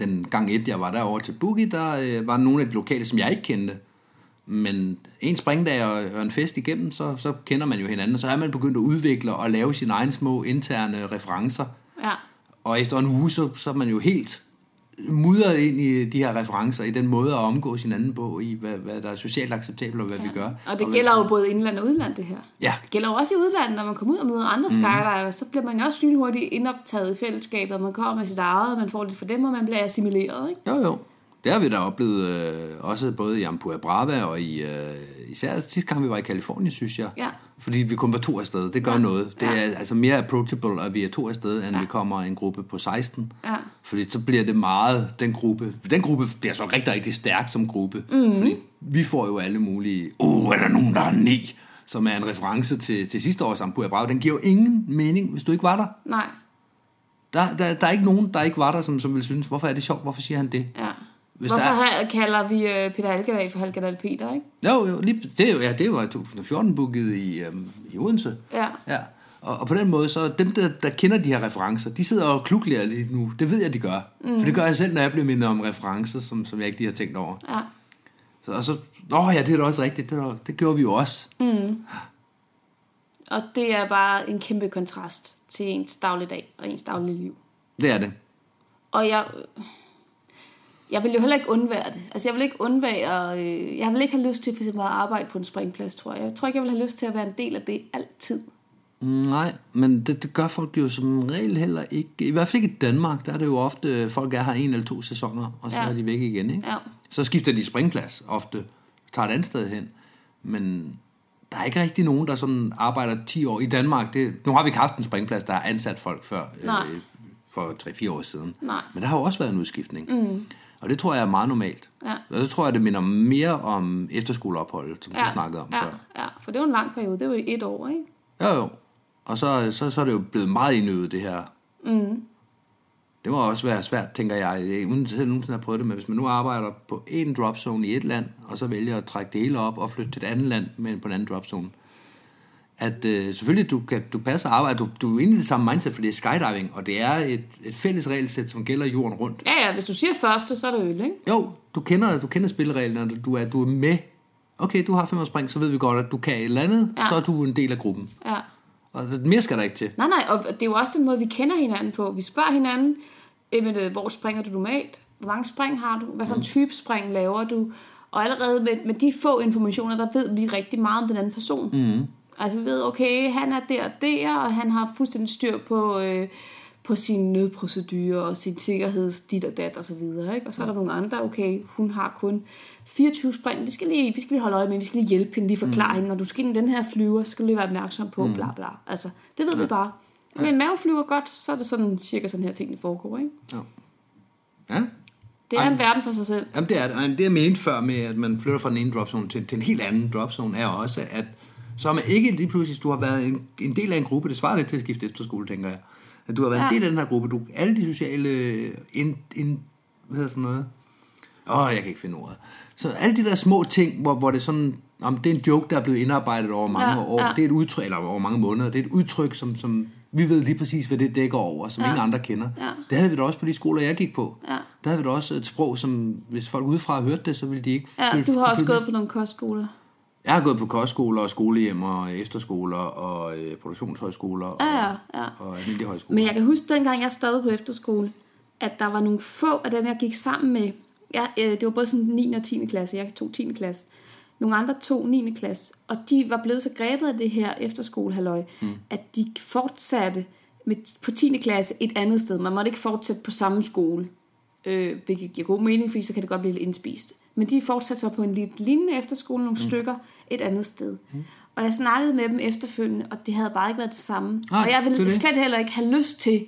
B: den gang et, jeg var derovre til Boogie, der øh, var nogle af de lokale, som jeg ikke kendte. Men en springdag og, og en fest igennem, så, så kender man jo hinanden, og så er man begyndt at udvikle og lave sine egne små interne referencer.
C: Ja.
B: Og efter en uge, så, så er man jo helt mudret ind i de her referencer, i den måde at omgås hinanden på, i hvad, hvad der er socialt acceptabelt, og hvad ja. vi gør.
C: Og det
B: hvad-
C: gælder jo både indland og udland, det her.
B: Ja,
C: Det gælder jo også i udlandet, når man kommer ud og møder andre mm. skydiver, så bliver man jo også lynhurtigt indoptaget i fællesskabet, og man kommer med sit eget, man får lidt for dem, og man bliver assimileret. Ikke?
B: Jo, jo. Det har vi da oplevet øh, også både i Ampua Brava og i, øh, især sidste gang vi var i Kalifornien, synes jeg.
C: Ja.
B: Fordi vi kun var to afsted. Det gør ja. noget. Det
C: Ja.
B: er altså mere approachable, at vi er to afsted, end ja. vi kommer en gruppe på 16.
C: Ja.
B: Fordi så bliver det meget den gruppe. Den gruppe bliver så rigtig, rigtig stærk som gruppe. Mm.
C: Mhm.
B: Fordi vi får jo alle mulige, oh, er der nogen, der har ne? Som er en reference til, til sidste års Ampua Brava. Den giver jo ingen mening, hvis du ikke var der.
C: Nej.
B: Der, der, der er ikke nogen, der ikke var der, som, som vil synes, hvorfor er det sjovt, hvorfor siger han det?
C: Ja.
B: Hvis
C: Hvis
B: der
C: Hvorfor
B: er-
C: her kalder vi øh, Peter Halkedal for Halkedal Peter, ikke?
B: Jo, jo, lige, det, er jo- ja, det var 2014 booket i, øhm, i Odense.
C: Ja.
B: ja. Og, og på den måde, så dem, der, der kender de her referencer, de sidder og klukler lige nu. Det ved jeg, de gør. Mm. For det gør jeg selv, når jeg bliver mindet om referencer, som, som jeg ikke lige har tænkt over.
C: Ja.
B: Så, og så, åh ja, det er da også rigtigt. Det, er da- det gjorde vi jo også. Mm.
C: Og det er bare en kæmpe kontrast til ens dagligdag og ens daglige liv.
B: Det er det.
C: Og jeg... Jeg vil jo heller ikke undvære det. Altså, jeg vil ikke undvære... Øh, jeg vil ikke have lyst til for eksempel at arbejde på en springplads, tror jeg. Jeg tror ikke, jeg vil have lyst til at være en del af det altid.
B: Nej, men det, det gør folk jo som regel heller ikke. I hvert fald ikke i Danmark, der er det jo ofte, øh, folk er her en eller to sæsoner, og så
C: Ja.
B: ja. er de væk igen. Ikke?
C: Ja.
B: Så skifter de springklasse ofte, tager et andet sted hen. Men der er ikke rigtig nogen, der sådan arbejder 10 år i Danmark. Det, nu har vi ikke haft en springplads, der har ansat folk før, øh,
C: Nej.
B: for 3-4 år siden.
C: Nej.
B: Men der har jo også været en udskiftning. Mm. Og det tror jeg er meget normalt.
C: Ja.
B: Og det tror jeg, det minder mere om efterskoleophold, som ja. du snakkede om
C: ja,
B: før.
C: ja, for det er jo en lang periode. Det er jo et år, ikke?
B: Jo, jo. Og så, så, så er det jo blevet meget indøvet, det her. Mm. Det må også være svært, tænker jeg. Jeg uden selv nogensinde har prøvet det, men hvis man nu arbejder på en dropzone i et land, og så vælger at trække det hele op og flytte til et andet land, men på en anden dropzone, at øh, selvfølgelig, du, kan, du passer arbejde, du, du er inde i det samme mindset, for det er skydiving, og det er et, et fælles regelsæt, som gælder jorden rundt.
C: Ja, ja, hvis du siger første, så er det øl, ikke?
B: Jo, du kender, du kender spillereglerne, du er, du er med. Okay, du har fem spring, så ved vi godt, at du kan et eller andet,
C: Ja.
B: ja. så er du en del af gruppen.
C: Ja.
B: Og mere skal der ikke til.
C: Nej, nej, og det er jo også den måde, vi kender hinanden på. Vi spørger hinanden, Jamen, øh, hvor springer du normalt? Hvor mange spring har du? Hvad for en type spring laver du? Og allerede med, med de få informationer, der ved vi rigtig meget om den anden person. Mm. Altså vi ved, okay, han er der og der, og han har fuldstændig styr på, øh, på sine nødprocedurer og sin sikkerheds dit og dat og så videre. Ikke? Og så er der nogle andre, okay, hun har kun 24 spring. Vi skal lige, vi skal lige holde øje med, vi skal lige hjælpe hende, lige forklare mm. hende. Når du skal ind i den her flyver, så skal du lige være opmærksom på, mm. bla bla. Altså, det ved ja. vi bare. Men en mave flyver godt, så er det sådan cirka sådan her tingene foregår, ikke?
B: Ja,
C: Det er en verden for sig selv.
B: Jamen, det er det. Og det, jeg mente før med, at man flytter fra den ene dropzone til, til en helt anden dropzone, er også, at så er man ikke lige pludselig, du har været en, en del af en gruppe, det svarer lidt til at skifte efterskole, tænker jeg. At du har været ja.
C: Ja.
B: en del af den her gruppe, du alle de sociale, in, in, hvad hedder sådan noget? Åh, oh, jeg kan ikke finde ordet. Så alle de der små ting, hvor, hvor det er sådan, om det er en joke, der er blevet indarbejdet over mange
C: Ja,
B: ja, år,
C: ja.
B: ja. det er et udtryk, eller over mange måneder, det er et udtryk, som, som vi ved lige præcis, hvad det dækker over, som
C: Ja.
B: ja. ingen andre kender.
C: Ja.
B: Det havde vi da også på de skoler, jeg gik på.
C: Ja.
B: Der havde vi da også et sprog, som hvis folk udefra hørte det, så ville de ikke...
C: Ja,
B: føle-
C: du <laughs> har også
B: føle-
C: gået på nogle kostskoler.
B: Jeg har gået på kostskoler og skolehjem og efterskoler og øh, produktionshøjskoler
C: Ja,
B: og,
C: ja, ja.
B: og almindelige højskoler.
C: Men jeg kan huske, dengang jeg stoppede på efterskole, at der var nogle få af dem, jeg gik sammen med. Jeg, øh, det var både sådan 9. og 10. klasse. Jeg tog 10. klasse. Nogle andre tog 9. klasse. Og de var blevet så grebet af det her efterskolehalløj, mm. at de fortsatte med, på 10. klasse et andet sted. Man måtte ikke fortsætte på samme skole. Øh, hvilket giver god mening, fordi så kan det godt blive lidt indspist. Men de fortsatte så på en lidt lignende efterskole, nogle mm. stykker, et andet sted. Mm. Og jeg snakkede med dem efterfølgende, og det havde bare ikke været det samme.
B: Nej,
C: og jeg ville
B: det er det.
C: slet heller ikke have lyst til.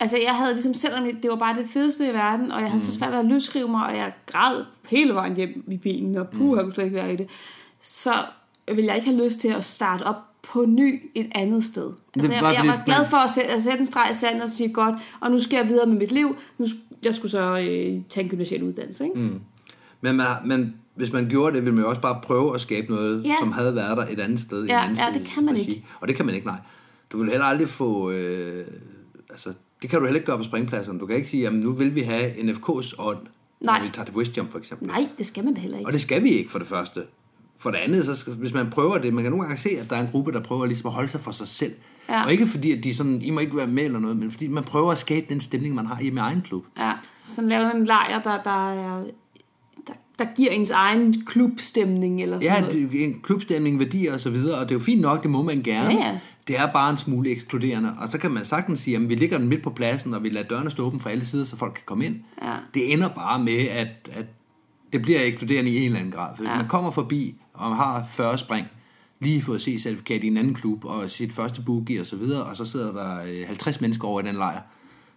C: Altså jeg havde ligesom, selvom det var bare det fedeste i verden, og jeg havde mm. så svært ved at løsrive mig, og jeg græd hele vejen hjem i bilen, og
B: Mm.
C: puh, jeg kunne slet ikke være i det, så ville jeg ikke have lyst til at starte op på ny et andet sted. Altså, jeg,
B: var
C: jeg
B: fordi,
C: var glad
B: man-
C: for at sætte, at sætte en streg i sandet og sige, godt, og nu skal jeg videre med mit liv. Nu, sk- jeg skulle så øh, tage en gymnasial uddannelse, ikke? Mm.
B: Men, man, men hvis man gjorde det, ville man jo også bare prøve at skabe noget,
C: Ja.
B: ja. som havde været der et andet sted. i en
C: Ja,
B: anden
C: ja, det
B: side-
C: kan man
B: regi.
C: ikke.
B: Og det kan man ikke, nej. Du vil heller aldrig få... Øh, altså, det kan du heller ikke gøre på springpladserne. Du kan ikke sige, at nu vil vi have NFK's ånd,
C: Nej.
B: når vi tager til West Jump for eksempel.
C: Nej, det skal man da heller ikke.
B: Og det skal vi ikke, for det første. For det andet, så skal, hvis man prøver det, man kan nogle gange se, at der er en gruppe, der prøver ligesom at holde sig for sig selv.
C: Ja.
B: Ja. Og ikke fordi, at de sådan, I må ikke være med eller noget, men fordi man prøver at skabe den stemning, man har i min egen klub.
C: Ja, sådan lave en lejr, der, der, er, der, der giver ens egen klubstemning eller sådan
B: Ja,
C: noget.
B: det er jo en klubstemning, værdier og så videre, og det er jo fint nok, det må man gerne.
C: Ja, ja.
B: Det er bare en smule ekskluderende, og så kan man sagtens sige, at vi ligger den midt på pladsen, og vi lader dørene stå åben fra alle sider, så folk kan komme ind.
C: Ja.
B: Det ender bare med, at, at det bliver ekskluderende i en eller anden grad. For hvis
C: Ja.
B: man kommer forbi og har 40 spring, lige fået se certifikat i en anden klub, og sit første boogie og så videre, og så sidder der øh, 50 mennesker over i den lejr,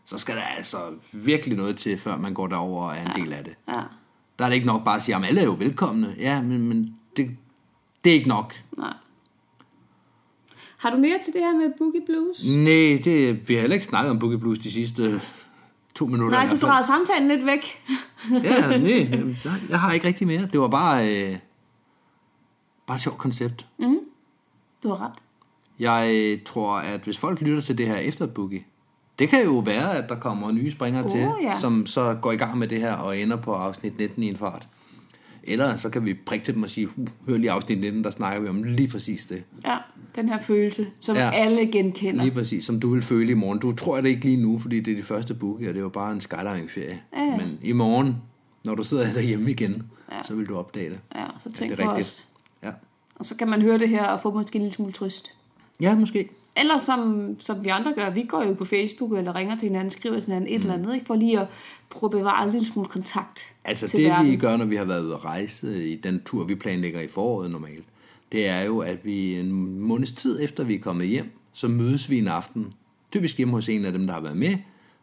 B: så skal der altså virkelig noget til, før man går derover og er en del af det.
C: Ja,
B: Der er det ikke nok bare at sige, at alle er jo velkomne. Ja, men, men det, det er ikke nok.
C: nej. Har du mere til det her med Boogie Blues?
B: Nej, det, vi har heller ikke snakket om Boogie Blues de sidste øh, to minutter.
C: Nej,
B: i
C: du
B: hvert fald.
C: drejede samtalen lidt væk.
B: Ja, nej, nej, jeg har ikke rigtig mere. Det var bare, øh, bare et sjovt koncept.
C: Du har ret.
B: Jeg øh, tror, at hvis folk lytter til det her efter Boogie, det kan jo være, at der kommer nye springere
C: Åh,
B: til,
C: ja.
B: som så går i gang med det her og ender på afsnit 19 i en fart. Eller så kan vi prikke til dem og sige, "Huh, hør lige afsnit 19, der snakker vi om lige præcis det.
C: Ja, den her følelse, som ja.
B: Ja.
C: alle genkender.
B: Lige præcis, som du vil føle i morgen. Du tror det ikke lige nu, fordi det er de første bookie, og det var bare en skydiving-ferie.
C: Ja.
B: Men i morgen, når du sidder <laughs> derhjemme igen, ja. så vil du opdage det.
C: Ja, så
B: At
C: tænk
B: det er
C: på
B: rigtigt.
C: os.
B: Ja.
C: Og så kan man høre det her og få måske en lille smule trøst.
B: ja, måske.
C: Eller som, som vi andre gør, vi går jo på Facebook eller ringer til hinanden, skriver til hinanden et
B: Mm.
C: eller andet, ikke? for lige at prøve at bevare en lille smule kontakt
B: Altså
C: til
B: det,
C: verden.
B: vi gør, når vi har været ude at rejse i den tur, vi planlægger i foråret normalt, det er jo, at vi en måneds tid efter, vi er kommet hjem, så mødes vi en aften. Typisk hjemme hos en af dem, der har været med,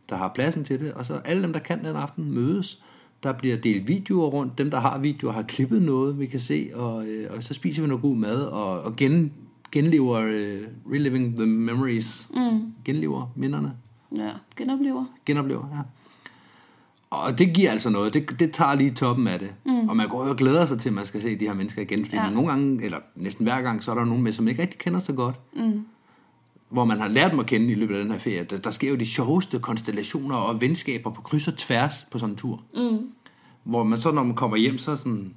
B: der har pladsen til det, og så alle dem, der kan den aften, mødes. Der bliver delt videoer rundt. Dem, der har videoer, har klippet noget, vi kan se, og, øh, og så spiser vi noget god mad, og, og gen, genlever, øh, reliving the memories, mm. genlever minderne
C: Ja, genoplever.
B: genoplever. Ja. Og det giver altså noget. Det, det tager lige toppen af det. Mm. Og man går jo og glæder sig til, at man skal se de her mennesker igen. Fordi ja. nogle gange, eller næsten hver gang, så er der nogen med, som ikke rigtig kender så godt. Mm. Hvor man har lært dem at kende i løbet af den her ferie. Der, der sker jo de sjoveste konstellationer og venskaber på kryds og tværs på sådan en tur. Mm. Hvor man så, når man kommer hjem, så er sådan...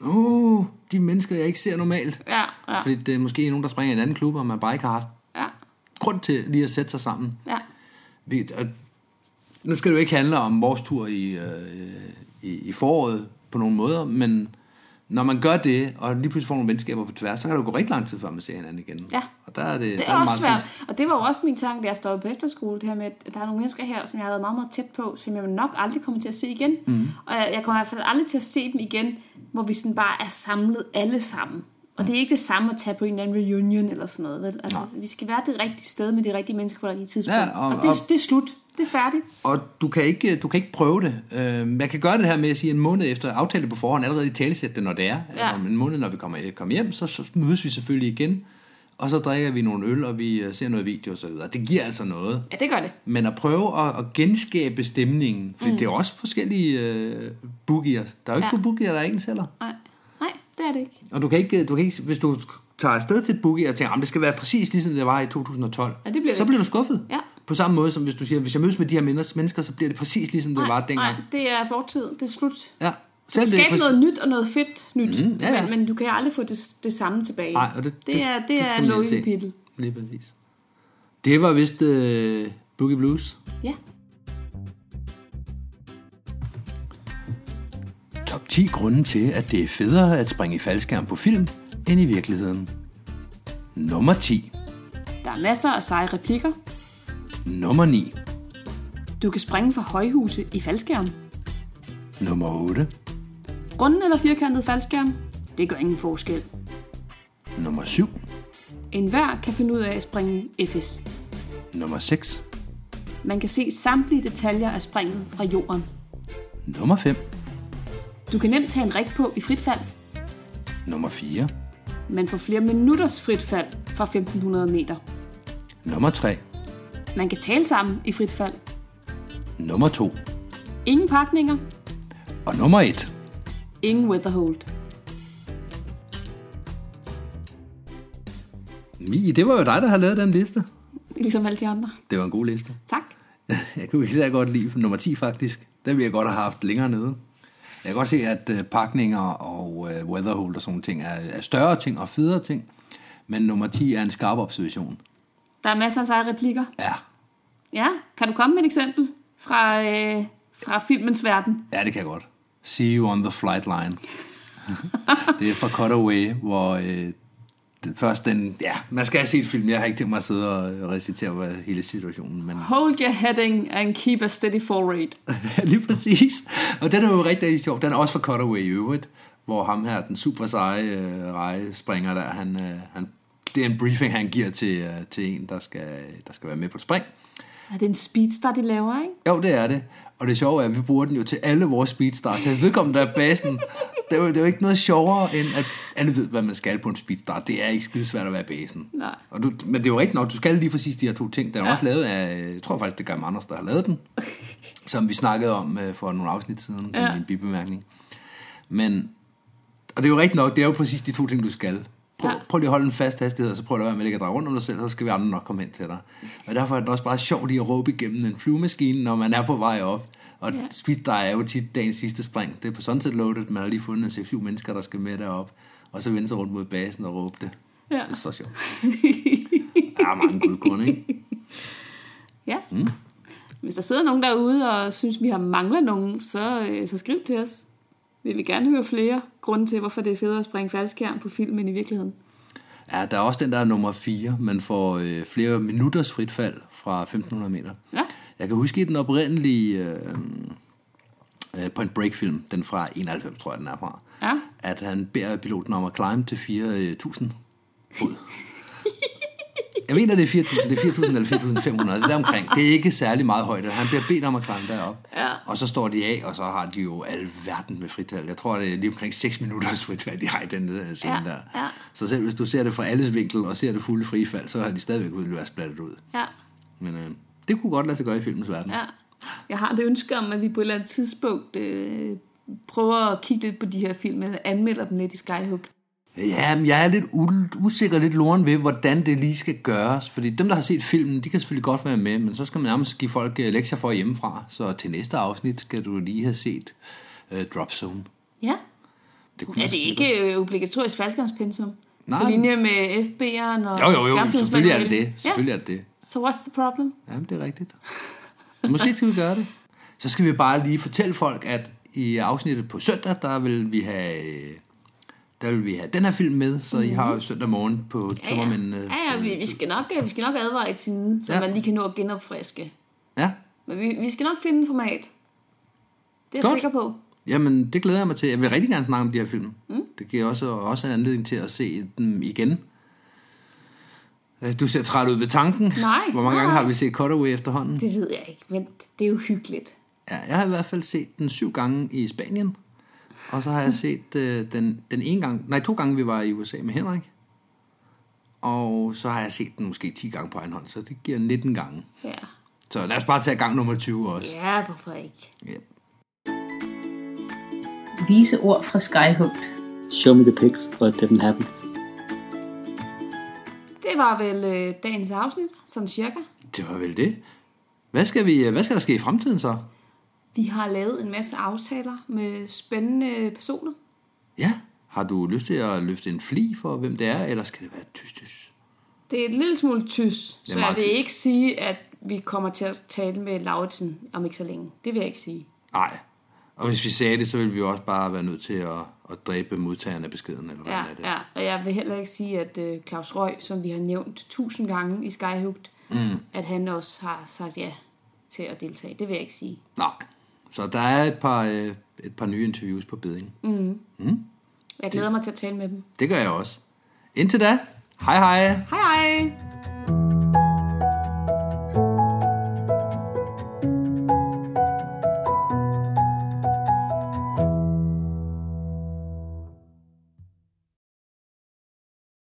B: Åh, oh, de mennesker, jeg ikke ser normalt.
C: Ja, ja,
B: Fordi det er måske nogen, der springer i en anden klub, og man bare ikke har haft
C: ja,
B: grund til lige at sætte sig sammen.
C: ja.
B: Vi, og nu skal det jo ikke handle om vores tur i, øh, i, i foråret på nogen måder, men når man gør det, og lige pludselig får nogle venskaber på tværs, så kan det jo gå rigtig lang tid, før man ser hinanden igen.
C: Ja.
B: Og der er det,
C: Det
B: der
C: er
B: det
C: også
B: meget
C: svært. Og det var jo også min tanke, da jeg stoppede på efterskole, det her med, at der er nogle mennesker her, som jeg har været meget, meget tæt på, som jeg nok aldrig kommer til at se igen. Mm. Og jeg jeg kommer i hvert fald aldrig til at se dem igen, hvor vi sådan bare er samlet alle sammen. Og det er ikke det samme at tage på en eller anden reunion eller sådan noget. Vel? Altså, vi skal være det rigtige sted med de rigtige mennesker på det rigtige tidspunkt.
B: Ja, og-
C: og, det,
B: og-
C: det er slut. Det er færdigt.
B: Og du kan ikke, du kan ikke prøve det. Øh, jeg kan gøre det her med at sige en måned efter, aftale det på forhånd, allerede i talesæt det, når det er.
C: Ja.
B: Om en måned, når vi kommer, kommer hjem, så, så mødes vi selvfølgelig igen. Og så drikker vi nogle øl, og vi øh, ser noget video og så videre. Det giver altså noget.
C: Ja, det gør det.
B: Men at prøve at, at genskabe stemningen, for mm. det er jo også forskellige øh, boogiers. Der er jo ikke
C: Ja.
B: ja. boogier, der er ens heller.
C: Nej. Nej, det er det ikke.
B: Og du kan ikke, du kan ikke hvis du tager afsted til et boogie og tænker, at det skal være præcis ligesom det var i 2012,
C: Ja, det bliver det
B: så
C: ikke.
B: bliver du skuffet.
C: Ja.
B: På samme måde som hvis du siger, hvis jeg mødes med de her mennesker, mennesker så bliver det præcis ligesom det
C: Nej,
B: var dengang.
C: nej, det er fortid. Det er slut.
B: Ja. Selvom det er
C: Skab
B: præcis-
C: noget nyt og noget fedt nyt, mm,
B: ja, ja.
C: Men, men du kan aldrig få det, det samme tilbage.
B: Nej, og det,
C: det, er, det, er
B: skal
C: en
B: man lige se.
C: lovkapitel.
B: Lige præcis. Det var vist øh, Boogie Blues.
C: Ja.
B: Top 10 grunde til, at det er federe at springe i faldskærm på film, end i virkeligheden. Nummer 10.
C: Der er masser af seje replikker.
B: Nummer 9.
C: Du kan springe fra højhuse i faldskærm.
B: Nummer 8.
C: Runden eller firkantet faldskærm, det gør ingen forskel.
B: Nummer 7.
C: En hver kan finde ud af at springe FS.
B: Nummer 6.
C: Man kan se samtlige detaljer af springet fra jorden.
B: Nummer 5.
C: Du kan nemt tage en rig på i frit fald.
B: Nummer 4.
C: Man får flere minutters frit fald fra 1500 meter.
B: Nummer 3.
C: Man kan tale sammen i frit fald.
B: Nummer 2.
C: Ingen pakninger,
B: Og nummer 1.
C: ingen weatherhold.
B: Mie, det var jo dig, der har lavet den liste.
C: Ligesom alle de andre.
B: Det var en god liste.
C: Tak.
B: <laughs> Jeg kunne især godt lide for nummer 10 faktisk. Den ville jeg godt have haft længere nede. Jeg kan godt se, at øh, pakninger og øh, weatherhold og sådan nogle ting er, er større ting og federe ting. Men nummer 10 er en skarp observation.
C: Der er masser af seje replikker.
B: Ja,
C: Ja, kan du komme med et eksempel fra, øh, fra filmens verden?
B: ja det kan jeg godt. See you on the flight line. <laughs> det er fra Cutaway, hvor øh, den, først den... Ja, man skal have set film. Jeg har ikke tænkt mig at sidde og øh, recitere hvad hele situationen. Men <laughs>
C: Hold your heading and keep a steady fall rate.
B: Lige præcis. Og den er jo rigtig, rigtig sjov. Den er også fra Cutaway i øvrigt, hvor ham her, den super seje øh, rejespringer der, han, øh, han, det er en briefing, han giver til, øh, til en, der skal, der skal være med på et spring.
C: Er det en speedster, de laver, ikke? <laughs>
B: Jo, det er det. Og det sjove er, at vi bruger den jo til alle vores speedstart. Til vedkommende der er basen. Det er, jo, det er jo ikke noget sjovere, end at alle ved, hvad man skal på en speedstart. Det er ikke skidesvært at være basen.
C: Nej.
B: Og du, men det er jo rigtigt nok, du skal lige præcis de her to ting. Den er
C: Ja.
B: ja. også lavet af, jeg tror faktisk, det er Gam Anders, der har lavet
C: <laughs>
B: den. som vi snakkede om øh, for nogle afsnit siden, som
C: Ja.
B: ja. en bibemærkning. Men, og det er jo rigtigt nok, det er jo præcis de to ting, du skal. Prøv,
C: Ja.
B: ja. prøv lige at holde en fast hastighed, og så prøv at lade være med ikke at dreje rundt om dig selv, så skal vi andre nok komme hen til dig. Og derfor er det også bare sjovt lige at råbe igennem en flyvemaskine, når man er på vej op. Og
C: Ja.
B: ja. speed der er jo tit dagens sidste spring. Det er på Sunset Loaded, man har lige fundet 6-7 mennesker, der skal med derop. Og så vende sig rundt mod basen og råbe det.
C: Ja.
B: Det er så sjovt. Der er mange guldkorn, ikke?
C: Ja. Mm. Hvis der sidder nogen derude og synes, vi har manglet nogen, så, øh, så skriv til os. Vi vil gerne høre flere grunde til, hvorfor det er federe at springe faldskærm på film end i virkeligheden.
B: Ja, der er også den, der er nummer 4. Man får øh, flere minutters fritfald fra 1500 meter.
C: Ja.
B: Jeg kan huske i den oprindelige øh, øh, Point Break-film, den fra 91, tror jeg, den er fra,
C: Ja.
B: at han beder piloten om at climb til 4000 fod. Jeg mener, det er 4.000, det er 4.000 eller 4.500, det er der omkring. Det er ikke særlig meget højt. Han bliver bedt om at klemme derop.
C: Ja.
B: Og så står de af, og så har de jo alverden med fritfald. Jeg tror, det er lige omkring 6 minutters fritfald, de har i den der scene
C: Ja,
B: der.
C: ja.
B: Så selv hvis du ser det fra alles vinkel, og ser det fulde frifald, så har de stadigvæk ville være splattet ud.
C: Ja.
B: Men øh, det kunne godt lade sig gøre i filmens verden.
C: Ja. Jeg har det ønske om, at vi på et eller andet tidspunkt øh, prøver at kigge lidt på de her film, eller anmelder dem lidt i Skyhook.
B: Ja, men jeg er lidt u- usikker, lidt loren ved, hvordan det lige skal gøres. Fordi dem, der har set filmen, de kan selvfølgelig godt være med, men så skal man nærmest give folk øh, lektier for hjemmefra. Så til næste afsnit skal du lige have set øh, Drop Zone.
C: Ja.
B: Det kunne
C: Er
B: man
C: det
B: selvfølgelig
C: ikke øh, obligatorisk faldskabspensum?
B: Nej.
C: På linje med FB'eren og
B: godt- Jo, jo, jo,
C: skarphedsmanual.
B: selvfølgelig er det det.
C: Ja.
B: Selvfølgelig er det det.
C: Så what's the problem?
B: Jamen, det er rigtigt. Måske skal vi gøre det. Så skal vi bare lige fortælle folk, at i afsnittet på søndag, der vil vi have, øh, der vil vi have den her film med, så I har jo søndag morgen på
C: Mhm. Ja, ja.
B: Tømmermændene.
C: ja, ja vi, vi, skal nok, øh, vi skal nok advare i tide, så
B: Ja.
C: ja. man lige kan nå at genopfriske.
B: ja.
C: Men vi, vi skal nok finde et format. Det er jeg
B: Godt.
C: sikker på.
B: Jamen, det glæder jeg mig til. Jeg vil rigtig gerne snakke om de her film. Mm. Det giver også, også en anledning til at se dem igen. Øh, Du ser træt ud ved tanken.
C: Nej,
B: Hvor mange gange
C: nej.
B: har vi set Cutaway efterhånden?
C: Det ved jeg ikke, men det er jo hyggeligt.
B: Ja, jeg har i hvert fald set den syv gange i Spanien. Og så har jeg set øh, den, den ene gang, nej, to gange vi var i USA med Henrik. Og så har jeg set den måske 10 gange på egen hånd, så det giver 19 gange.
C: Ja,
B: Så lad os bare tage gang nummer 20 også.
C: ja hvorfor ikke?
B: Yeah.
D: Vise ord fra Skyhugt.
E: Show me the pics, or it didn't happen.
C: Det var vel øh, dagens afsnit, sådan cirka.
B: Det var vel det. Hvad skal, vi, øh, hvad skal der ske i fremtiden så?
C: Vi har lavet en masse aftaler med spændende personer.
B: Ja, har du lyst til at løfte en fli for, hvem det er, eller skal det være tys, tys?
C: Det er et lille smule tys,
B: er
C: så jeg
B: meget
C: vil
B: tys.
C: ikke sige, at vi kommer til at tale med Lauritsen om ikke så længe. Det vil jeg ikke sige.
B: Nej. Og hvis vi sagde det, så ville vi jo også bare være nødt til at, at dræbe modtageren af beskeden, eller hvad
C: Ja,
B: er det?
C: ja, og jeg vil heller ikke sige, at øh, Claus Røg, som vi har nævnt tusind gange i Skyhugt, mm. at han også har sagt ja til at deltage. Det vil jeg ikke sige.
B: Nej. Så der er et par, øh, et par nye interviews på beding. Mm.
C: Jeg glæder mig til at tale med dem.
B: Det gør jeg også. Indtil da, hej hej!
C: Hej hej!